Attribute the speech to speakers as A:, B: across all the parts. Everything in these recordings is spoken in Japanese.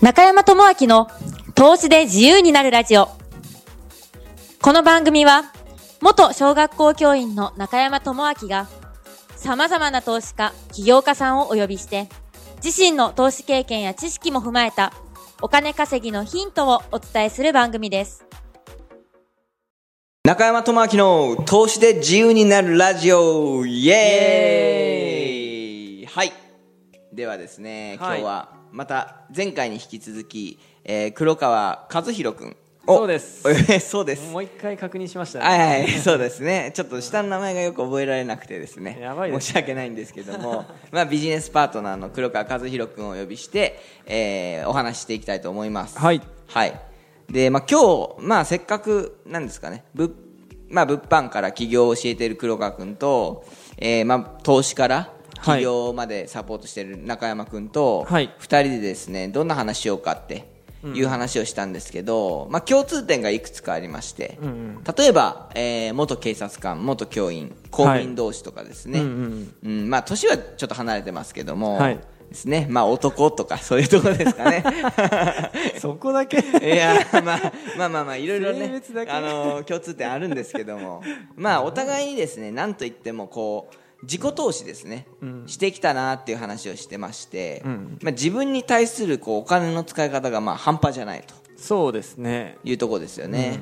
A: 中山智明の投資で自由になるラジオ。この番組は、元小学校教員の中山智明が、様々な投資家、起業家さんをお呼びして、自身の投資経験や知識も踏まえた、お金稼ぎのヒントをお伝えする番組です。
B: 中山智明の投資で自由になるラジオイエーイはいではですね、
C: はい
B: 今日はまた前回に引き続き、えー黒川和弘君
C: そうです
B: そうです
C: もう一回確認しましたね、
B: はいはい そうですねちょっと下の名前がよく覚えられなくてですね
C: やばいです
B: 申し訳ないんですけども まあビジネスパートナーの黒川和弘君をお呼びして、えーお話ししていきたいと思います
C: はい
B: はいでまあ、今日、まあ、せっかくなんですかね物,、まあ、物販から起業を教えている黒川君と、えーまあ、投資から
C: はい
B: 起業までサポートしている中山君と、
C: はい
B: 2人でですねどんな話しようかっていう話をしたんですけど、まあ、共通点がいくつかありまして、
C: うんうん
B: 例えば、えー元警察官元教員公民同士とかですね、
C: はいうん
B: うんまあ、年はちょっと離れてますけども、
C: はい
B: ですねまあ、男とかそういうところですか ね。
C: そこだけ
B: いやまあまあまあまあいろいろ
C: 性
B: ね
C: 別だけ
B: あの共通点あるんですけど もまあお互いにですねなんといってもこう自己投資ですね、してきたなっていう話をしてまして、
C: うん
B: まあ、自分に対するこうお金の使い方がまあ半端じゃないと
C: そうですね
B: いうところですよね、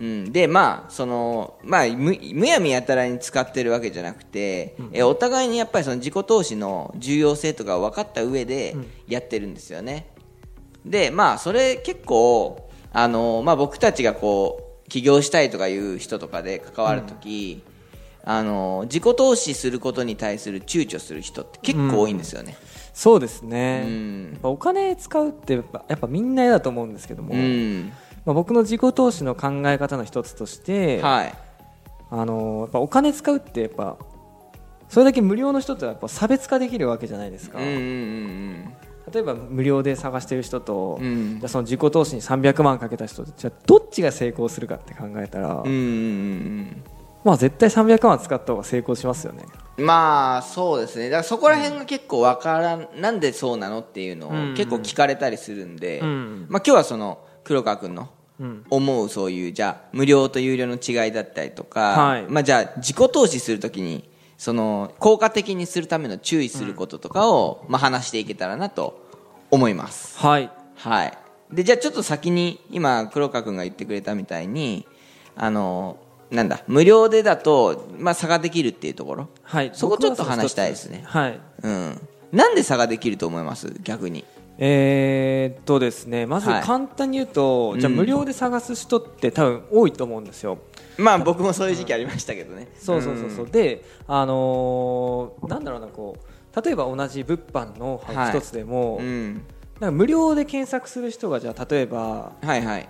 B: うんでまあその、まあ、むむやみやたらに使ってるわけじゃなくて、えお互いにやっぱりその自己投資の重要性とかを分かった上でやってるんですよね、でまあそれ結構あの、まあ、僕たちがこう起業したいとかいう人とかで関わるとき、あの自己投資することに対する躊躇する人って結構多いんですよね、
C: そうですね、
B: うん
C: やっぱお金使うってやっぱやっぱみんな嫌だと思うんですけども、
B: うん
C: まあ、僕の自己投資の考え方の一つとして、
B: はい
C: あのやっぱお金使うってやっぱそれだけ無料の人とはやっぱ差別化できるわけじゃないですか、
B: うんうんうん
C: 例えば無料で探してる人と、
B: うん
C: じゃあその自己投資に300万かけた人とじゃあどっちが成功するかって考えたら、
B: うんうんうん
C: まあ絶対300万使った方が成功しますよね
B: まあそうですねだからそこら辺が結構わからん、なんでそうなのっていうのを
C: うん
B: 結構聞かれたりするんで、
C: ん
B: まあ、今日はその黒川君の
C: うん
B: 思うそういうじゃあ無料と有料の違いだったりとか、
C: はい
B: まあ、じゃあ自己投資するときにその効果的にするための注意することとかを、まあ、話していけたらなと思います。
C: はい
B: はい、でじゃあちょっと先に今黒川君が言ってくれたみたいにあのなんだ無料でだと、まあ、差ができるっていうところ、
C: はい
B: そこちょっと話したいですね
C: はい
B: うん、なんで差ができると思います逆に
C: えーっとですねまず
B: はい
C: 簡単に言うと、じゃあ
B: うん
C: 無料で探す人って多分多いと思うんですよ、
B: まあ僕もそういう時期ありましたけどね
C: そうそうそうそう、であのーなんだろうなこう例えば同じ物販の
B: はい
C: 一つでも、
B: うん、うん
C: なんか無料で検索する人がじゃあ例えば
B: はいはい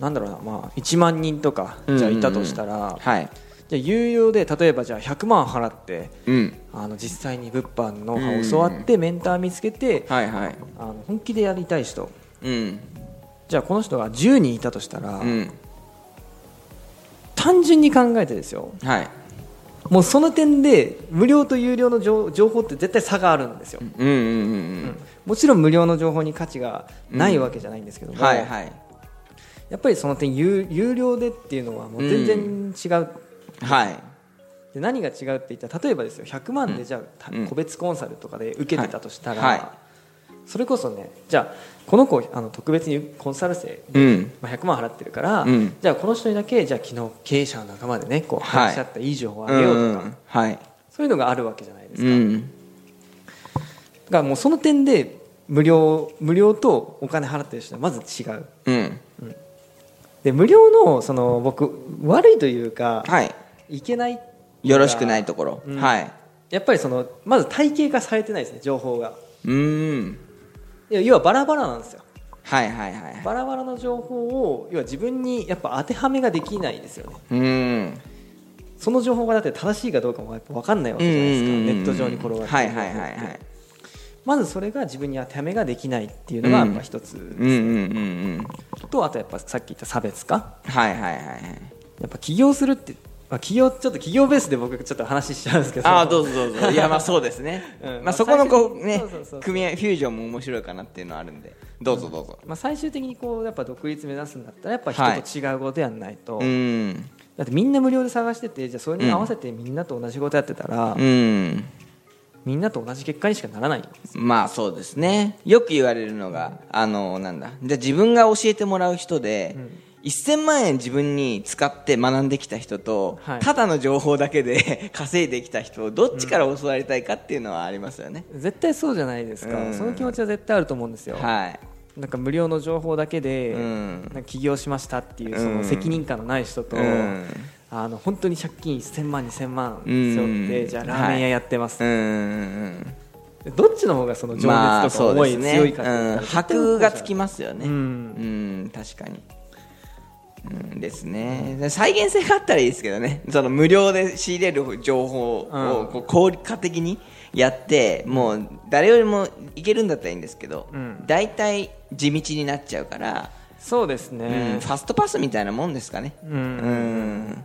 C: なんだろうなまあ1万人とか
B: うん
C: じゃあいたとしたら、
B: はい
C: じゃあ有料で例えばじゃあ100万払って
B: うん
C: あの実際に物販のノウハウを教わってメンター見つけて、
B: はいはい
C: あの本気でやりたい人
B: うん
C: じゃあこの人が10人いたとしたら、
B: うん
C: 単純に考えてですよ
B: はい
C: もうその点で無料と有料の情情報って絶対差があるんですよ、
B: うんうんうん
C: もちろん無料の情報に価値がないわけじゃないんですけど
B: うん
C: も、
B: はいはい
C: やっぱりその点有有料でっていうのはもう全然違う、
B: はい
C: で何が違うって言ったら例えばですよ100万でじゃあた、
B: うん
C: 個別コンサルとかで受けてたとしたら、
B: はいはい
C: それこそねじゃあこの子あの特別にコンサル生
B: うん
C: まあ、100万払ってるから、
B: うん
C: じゃあこの人にだけじゃあ昨日経営者の仲間でねこう
B: はい
C: 話し合ったいい情報をあ
B: うん
C: げようと
B: う
C: か、
B: んはい
C: そういうのがあるわけじゃないです
B: う
C: か、
B: ん
C: だからもうその点で無料無料とお金払ってる人はまず違う
B: うん
C: で無料のその僕悪いというか、
B: はい
C: い、けない
B: よろしくないところ、
C: うん
B: はい
C: やっぱりそのまず体系化されてないですね情報が
B: うん
C: いや要はバラバラなんですよ
B: はいはいはいはい
C: バラバラの情報を要は自分にやっぱ当てはめができないですよね
B: うん
C: その情報がだって正しいかどうかもやっぱ分かんないわけじゃないですか、
B: うんうんうん
C: ネット上に転がってる情報
B: は
C: っ
B: い
C: て
B: はいはいはい
C: まずそれが自分に当てはめができないっていうのがやっぱ一つ、
B: うんうんうんうん
C: とあとやっぱさっき言った差別化
B: はいはいはいはい
C: やっぱ起業するってまあ、企業ちょっと企業ベースで僕ちょっと話しちゃうんですけど
B: ああどうぞどうぞいやまあそうですね、
C: うん
B: ま
C: ま
B: あ
C: あ
B: そこのこうね
C: 最初にそうそうそう
B: 組み合いフュージョンも面白いかなっていうのはあるんでどうぞどうぞ
C: まあ、最終的にこうやっぱ独立目指すんだったらやっぱ人と違うことやんないと、
B: うんうん、
C: だってみんな無料で探しててじゃあそれに合わせてみんなと同じことやってたら、みんなと同じ結果にしかならないよ
B: まあそうですねよく言われるのが、あのなんだじゃあ自分が教えてもらう人で、1000万円自分に使って学んできた人と、
C: はい
B: ただの情報だけで 稼いできた人どっちから教わりたいかっていうのはありますよね、
C: 絶対そうじゃないですか、
B: うん
C: その気持ちは絶対あると思うんですよ、
B: はい
C: なんか無料の情報だけで、
B: うん
C: なんか起業しましたってい
B: う
C: う
B: ん
C: その責任感のない人と、
B: うん
C: あの本当に借金1000万2000万
B: うん
C: 背負って、じゃあラーメン屋やってます、
B: うんうん
C: どっちの方がその
B: うん
C: 情熱とか思い
B: まあ
C: 強いかって
B: うん
C: 言ったら絶対
B: 箔がつきますよね
C: うん
B: うん確かにうんですねで再現性があったらいいですけどねその無料で仕入れる情報
C: う
B: を
C: ん
B: こう効果的にやってもう誰よりもいけるんだったらいいんですけど
C: うん
B: 大体地道になっちゃうから
C: そうです
B: うん
C: ね
B: フ、ァストパスみたいなもんですかね
C: うん
B: うん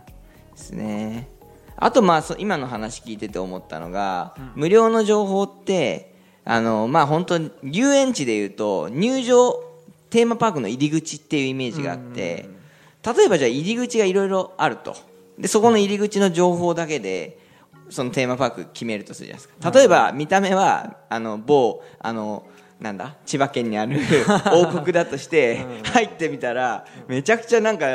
B: ですねあとまあそ今の話聞いてて思ったのが、無料の情報ってあのまあ本当に遊園地でいうと入場テーマパークの入り口っていうイメージがあって、例えばじゃあ入り口がいろいろあるとでそこの入り口の情報だけでそのテーマパーク決めるとするじゃないですか例えば見た目はあの某あのなんだ千葉県に ある王国だとして入ってみたらめちゃくちゃなんか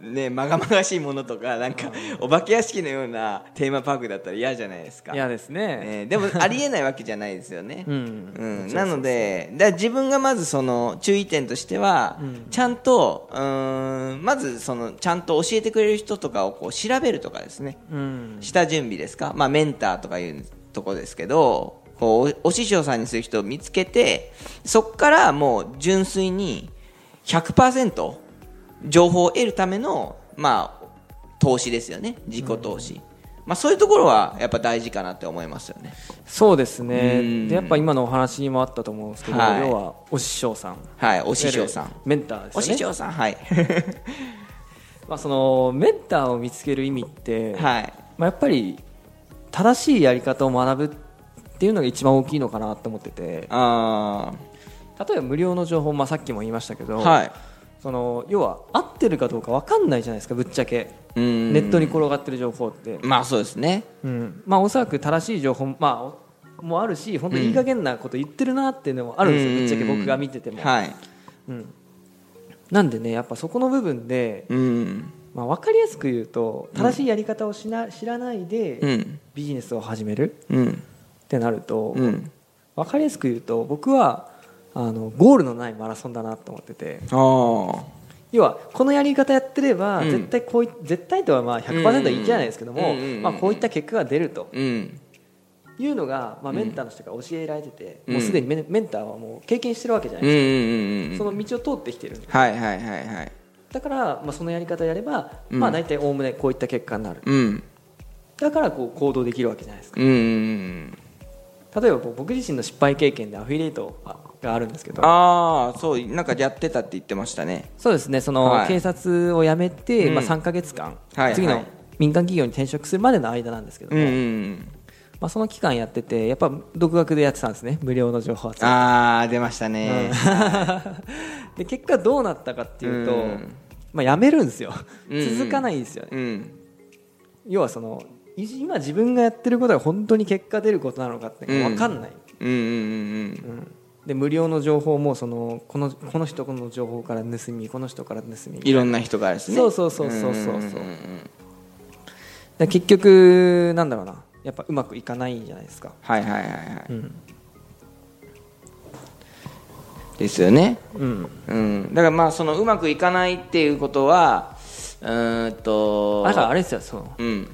B: ねまがまがしいものとかなんかお化け屋敷のようなテーマパークだったら嫌じゃないですか
C: いやですね、
B: えーでもありえないわけじゃないですよね。
C: うん
B: うんなのでだから自分がまずその注意点としては、ちゃんとうーんまずそのちゃんと教えてくれる人とかをこう調べるとかですね、
C: うん
B: 下準備ですか、まあ、メンターとかいうとこですけどこうおお師匠さんにする人を見つけてそこからもう純粋に100%情報を得るための、まあ、投資ですよね自己投資、まあ、そういうところはやっぱ大事かなって思いますよね
C: そうです
B: うん
C: ねでやっぱ今のお話にもあったと思うんですけど、
B: はい
C: 要はお師匠さん
B: はいお師匠さん
C: メンターですよね
B: お師匠さん はい、
C: まあ、そのメンターを見つける意味って、
B: はい、
C: まあ、やっぱり正しいやり方を学ぶっていうのが一番大きいのかなと思ってて
B: あ
C: 例えば無料の情報、まあ、さっきも言いましたけ
B: ー
C: ど、
B: はい
C: その要は合ってるかどうか分かんないじゃないですかぶっちゃけ
B: うん
C: ネットに転がってる情報って、
B: まあそうですね
C: うんまあ、おそらく正しい情報、まあ、もあるし本当にいい加減なこと言ってるなっていうのもあるんですよ、ぶっちゃけ僕が見てても、
B: はい
C: うん、なんでねやっぱそこの部分で、
B: うん
C: まあ、分かりやすく言うと正しいやり方をしな知らないで、
B: うん
C: ビジネスを始める
B: うん
C: ってなると、
B: うん
C: 分かりやすく言うと僕はあのゴールのないマラソンだなと思ってて
B: ああ
C: 要はこのやり方やってれば
B: うん
C: 絶対こうい、絶対とはまあ100%はいいじゃないですけども、
B: うんうんうんうん
C: まあ、こういった結果が出ると
B: うん
C: いうのが、まあ、メンターの人が教えられてて、
B: うん
C: もうすでにメメンターはもう経験してるわけじゃな
B: う
C: い
B: んう
C: で
B: んうん
C: す
B: う
C: か、
B: ん
C: その道を通ってきてる
B: はいはいはいはい
C: だから、まあ、そのやり方やれば、
B: うん
C: まあ、大体おおむねこういった結果になる
B: うん
C: だからこう行動できるわけじゃないですか
B: うんうんうん
C: 例えば僕自身の失敗経験でアフィリエイトがあるんですけど
B: ああそうなんかやってたって言ってましたね
C: そうですねその、
B: はい
C: 警察を辞めて、
B: うん
C: まあ、3か月間、
B: はいはい
C: 次の民間企業に転職するまでの間なんですけど
B: うん
C: も、
B: うんうん
C: まあ、その期間やっててやっぱ独学でやってたんですね無料の情報集め
B: ああ出ましたね
C: で結果どうなったかっていうと、
B: うん
C: まあ、辞めるんですよ
B: うんうん
C: 続かないんですよね、
B: うん
C: 要はそのい今自分がやってることが本当に結果出ることなのかって
B: うん
C: 分かんない、
B: うんうんうん
C: うんで無料の情報もそのこのこの人の情報から盗みこの人から盗み
B: いろんな人がですね
C: そうそうそうそうそうそうん
B: んんん
C: で結局なんだろうなやっぱうまくいかないんじゃないですか、
B: はいはいはいは
C: うん
B: いですよね
C: うん、
B: うんだからまあそのうまくいかないっていうことはうーんと
C: だからあれですよそう
B: うん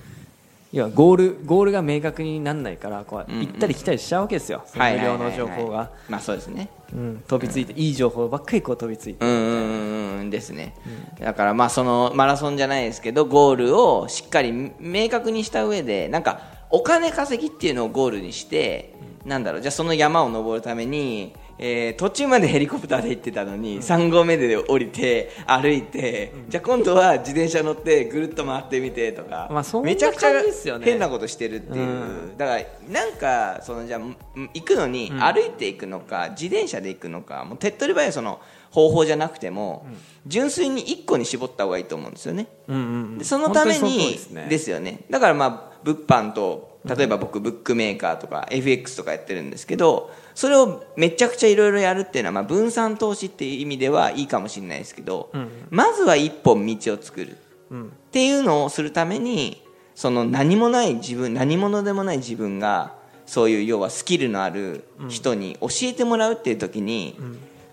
C: 要はゴールゴールが明確にならないからこう
B: うんうん
C: 行ったり来たりしちゃうわけですよ、その
B: はい
C: 無
B: はいは
C: 料
B: いはい
C: の情報が、
B: まあそうですね
C: うん、飛びついて、いい情報ばっかりこう飛びついて、
B: うんうんうんうんですね、だからまあそのマラソンじゃないですけどゴールをしっかり明確にした上でなんかお金稼ぎっていうのをゴールにして、なんだろうじゃあその山を登るためにえー途中までヘリコプターで行ってたのに、3合目で降りて歩いて、じゃあ今度は自転車乗ってぐるっと回ってみてとか、
C: まあそんな
B: めちゃくちゃ
C: 感じっすよね
B: 変なことしてるっていう、
C: う
B: だからなんかそのじゃあん行くのに
C: ん
B: 歩いて行くのか、自転車で行くのかもう手っ取り早いその方法じゃなくても、純粋に1個に絞った方がいいと思うんですよね。
C: うんうん
B: でそのため
C: 本当そう
B: に
C: ですね
B: ですよねだからまあ物販と例えば僕ブックメーカーとか FX とかやってるんですけどそれをめちゃくちゃいろいろやるっていうのはまあ分散投資っていう意味ではいいかもしれないですけど
C: ん
B: まずは一本道を作る
C: うん
B: っていうのをするためにその何もない自分何者でもない自分がそういう要はスキルのある人に教えてもらうっていう時に、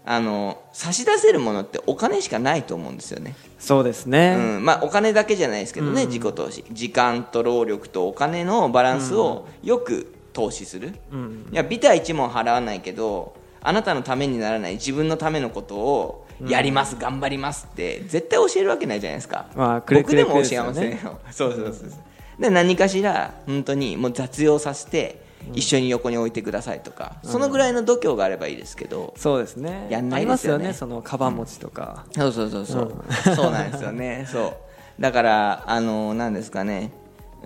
B: あの差し出せるものってお金しかないと思うんですよね。
C: そうですね、
B: うんまあ、お金だけじゃないですけどね、自己投資時間と労力とお金のバランスをよく投資する、
C: ん
B: いやビタ一文払わないけどあなたのためにならない自分のためのことをやります、頑張りますって絶対教えるわけないじゃないですか、
C: まあくれくれ
B: 僕でも
C: くれです
B: 教え
C: よ
B: ま
C: ね
B: せんよ そうそうそうそうで何かしら本当にもう雑用させて一緒に横に置いてくださいとか、そのぐらいの度胸があればいいですけど、
C: そうですね
B: やんな
C: あ
B: い
C: り
B: で
C: ますす
B: よ
C: よ
B: ね
C: ねそのカバン持ちとか、
B: そうそうそうそう、 そうなんですよねそうだからあのなんですかね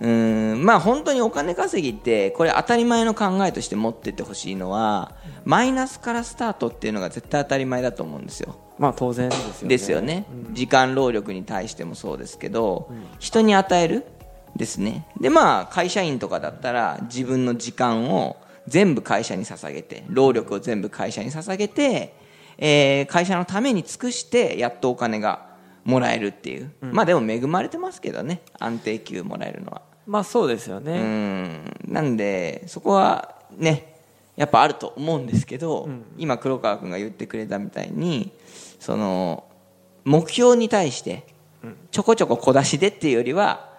B: うーんまあ本当にお金稼ぎってこれ当たり前の考えとして持ってってほしいのはマイナスからスタートっていうのが絶対当たり前だと思うんですよ
C: まあ当然ですよね
B: ですよね、時間労力に対してもそうですけど、人に与えるですねでまあ会社員とかだったら自分の時間を全部会社に捧げて労力を全部会社に捧げて、えー会社のために尽くしてやっとお金がもらえるっていう、まあでも恵まれてますけどね安定給もらえるのは
C: まあそうですよ
B: う
C: ね、
B: んなんでそこはねやっぱあると思うんですけど、今黒川君が言ってくれたみたいにその目標に対してちょこちょこ小出しでっていうよりは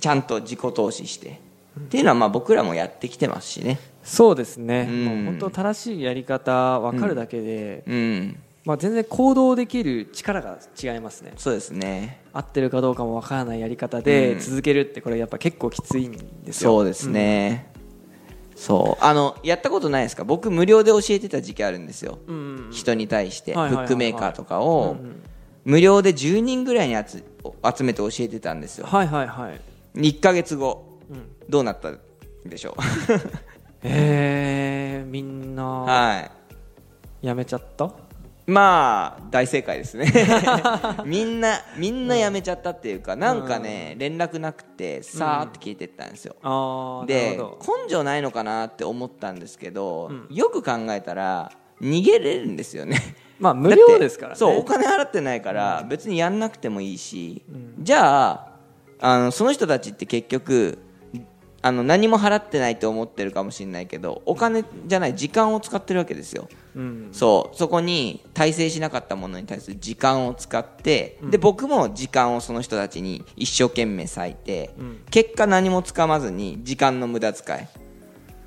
B: ちゃんと自己投資して、っていうのはまあ僕らもやってきてますしね
C: そうですね、
B: うん
C: もう本当正しいやり方分かるだけで、
B: うん
C: まあ、全然行動できる力が違いますね
B: そうですね
C: 合ってるかどうかも分からないやり方で
B: うん
C: 続けるってこれやっぱ結構きついんですよ
B: そうですね、そうあのやったことないですか僕無料で教えてた時期あるんですよ、
C: うんうん
B: 人に対してブ
C: はいはいはいは
B: ッ
C: い
B: クメーカーとかを
C: うんうん
B: 無料で10人ぐらいに集集めて教えてたんですよ
C: はいはいはい
B: 1ヶ月後
C: うん
B: どうなったでしょ
C: えー、みん
B: う
C: な
B: はい
C: やめちゃった
B: まあ大正解です ねみんなみんなやめちゃったっていうかなんかね連絡なくてさーって聞いてったんですよ
C: ああなる
B: で
C: ほ
B: 根性ないのかなって思ったんですけど
C: うん
B: よく考えたら逃げれるんですよね
C: まあ無料ですからね
B: そうお金払ってないから別にやんなくてもいいし、じゃああのその人たちって結局あの何も払ってないと思ってるかもしれないけどお金じゃない時間を使ってるわけですよ、
C: うん
B: そうそこに耐性しなかったものに対する時間を使って、で僕も時間をその人たちに一生懸命割いて、
C: ん
B: 結果何もつかまずに時間の無駄遣い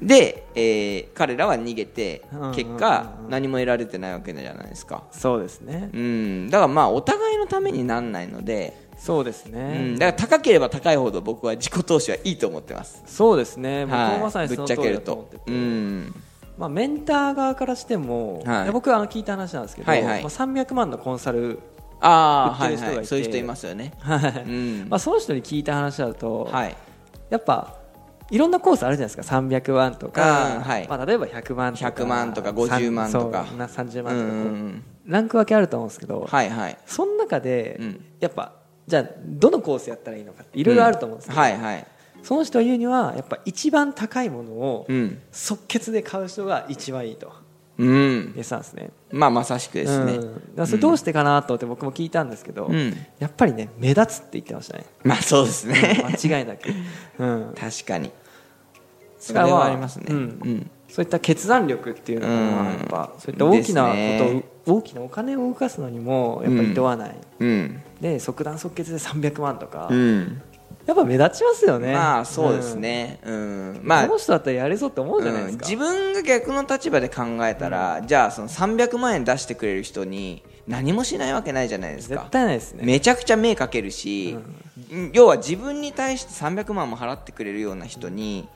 B: で、えー彼らは逃げて
C: うんうんうんうん
B: 結果何も得られてないわけじゃないですか、
C: そうですね
B: うん、だからまあお互いのためになんないので、
C: そうです
B: う
C: ね、
B: ん、だから高ければ高いほど僕は自己投資はいいと思ってます。
C: そうですね僕
B: は
C: も
B: い
C: まさにそ
B: ぶっ
C: の
B: ち
C: 通
B: ゃけ
C: り
B: る
C: だと思っ
B: と
C: てて、。
B: うん、
C: まあ、メンター側からしても、
B: はい
C: いや僕はあの聞いた話なんですけど、
B: はいはい
C: まあ、300万のコンサル、
B: ああー、はい
C: 売ってる人がいて
B: はい、そういう人いますよね。うん
C: まあ、その人に聞いた話だと、
B: はい、
C: やっぱいろんなコースあるじゃないですか300万とか、
B: うんはい
C: まあ、例えば100万とか
B: 100万とか50万とか
C: そうな30
B: う
C: 万とかこう、
B: ん、
C: ランク分けあると思うんですけど、
B: はいはい、
C: その中で、
B: うん
C: やっぱじゃあどのコースやったらいいのかっていろいろあると思うんですけど、
B: はいはい、
C: その人が言うにはやっぱ一番高いものを
B: うん、
C: 即決で買う人が一番いいと
B: うん、
C: 言ってたんですね。
B: まあまさしくですね。
C: うんだからそれどうしてかなと思って僕も聞いたんですけど、
B: うん
C: やっぱりね目立つって言ってまし たね
B: まあそうですね。
C: 間違いなく、うん、
B: 確かに。そ
C: だ
B: れ
C: からま
B: は
C: あ
B: ありますね。
C: うんそういった決断力っていうの
B: うん
C: はやっぱ、そういった大きなことを、
B: ですね
C: 大きなお金を動かすのにもやっぱり厭わない、
B: うん、
C: で即断即決で300万とか、
B: うん、
C: やっぱ目立ちますよね
B: まあそうです、ね。うん、ま
C: うん
B: あ
C: この人だったらやれぞって思うじゃないですか、
B: 自分が逆の立場で考えたら、じゃあその300万円出してくれる人に何もしないわけないじゃないですか
C: 絶対ないですね
B: めちゃくちゃ目かけるし、要は自分に対して300万も払ってくれるような人に、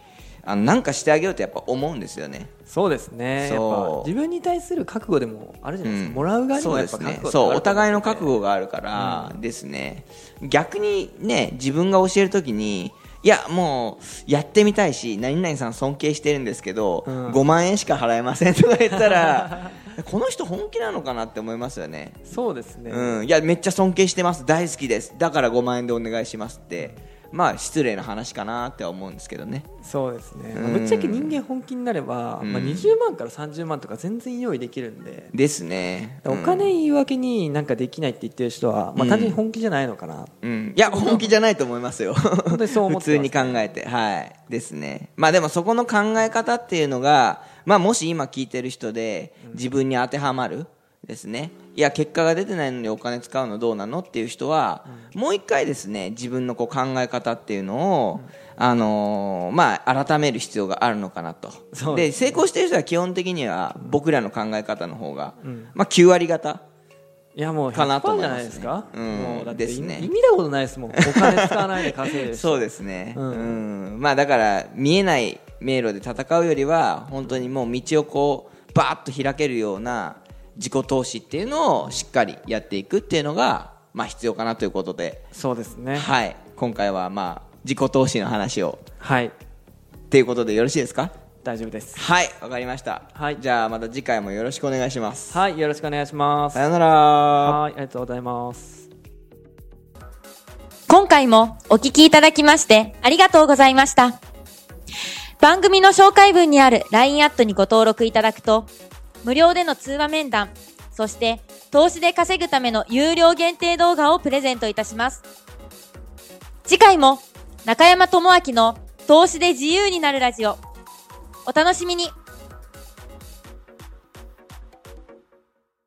B: あのなんかしてあげようとやっぱ思うんですよね
C: そうですねやっぱ
B: そう
C: 自分に対する覚悟でもあるじゃないですか、
B: ん
C: もらう側に
B: そ
C: も
B: う
C: や
B: で
C: っ
B: す
C: ぱ覚
B: ね
C: 悟ってあると思
B: そ
C: ん
B: う
C: で
B: お互いの覚悟があるからですね、逆にね自分が教えるときにいやもうやってみたいし何々さん尊敬してるんですけど、
C: うん
B: 5万円しか払えませんとか言ったら この人本気なのかなって思いますよね
C: そうですね、
B: うん、いやめっちゃ尊敬してます大好きですだから5万円でお願いしますってまあ失礼な話かなっては思うんですけどね
C: そうですね、
B: うん
C: ぶっちゃけ人間本気になれば、
B: うん
C: まあ、20万から30万とか全然用意できるんで、
B: ですね
C: お金言い訳になんかできないって言ってる人は、ま
B: う
C: あ、
B: ん
C: 単純に本気じゃないのかな、
B: うん、うんいや本気じゃないと思いますよ
C: 当にそう思
B: 普
C: って
B: 通
C: ます
B: に考えてはいですねまあでもそこの考え方っていうのがまあもし今聞いてる人で自分に当てはまるですねいや結果が出てないのにお金使うのどうなのっていう人は、もう一回ですね自分のこう考え方っていうのを、あのーまあ改める必要があるのかなと
C: そう
B: で
C: で
B: 成功してる人は基本的には僕らの考え方の方が、
C: ん
B: まあ9割方
C: いやもう
B: かなと
C: 100%
B: 思
C: じ
B: い
C: ゃ
B: ま
C: な
B: すね
C: いですか
B: うん
C: もうだって
B: ですね
C: 意味たことないですもんお金使わないで稼い で
B: そうですね、う
C: うんん
B: まあだから見えない迷路で戦うよりは本当にもう道をこうバーッと開けるような自己投資っていうのをしっかりやっていくっていうのがまあ必要かなということで、
C: そうですねはい、
B: はい、今回はまあ自己投資の話をっていうことでよろしいですか
C: 大丈夫です
B: はいわかりました、
C: はい
B: じゃあまた次回もよろしくお願いします
C: はいよろしくお願いします
B: さようなら
C: はいありがとうございます
A: 今回もお聞きいただきましてありがとうございました。番組の紹介文にある LINE アットにご登録いただくと、無料での通話面談、そして投資で稼ぐための有料限定動画をプレゼントいたします。次回も中山智明の投資で自由になるラジオ、お楽しみに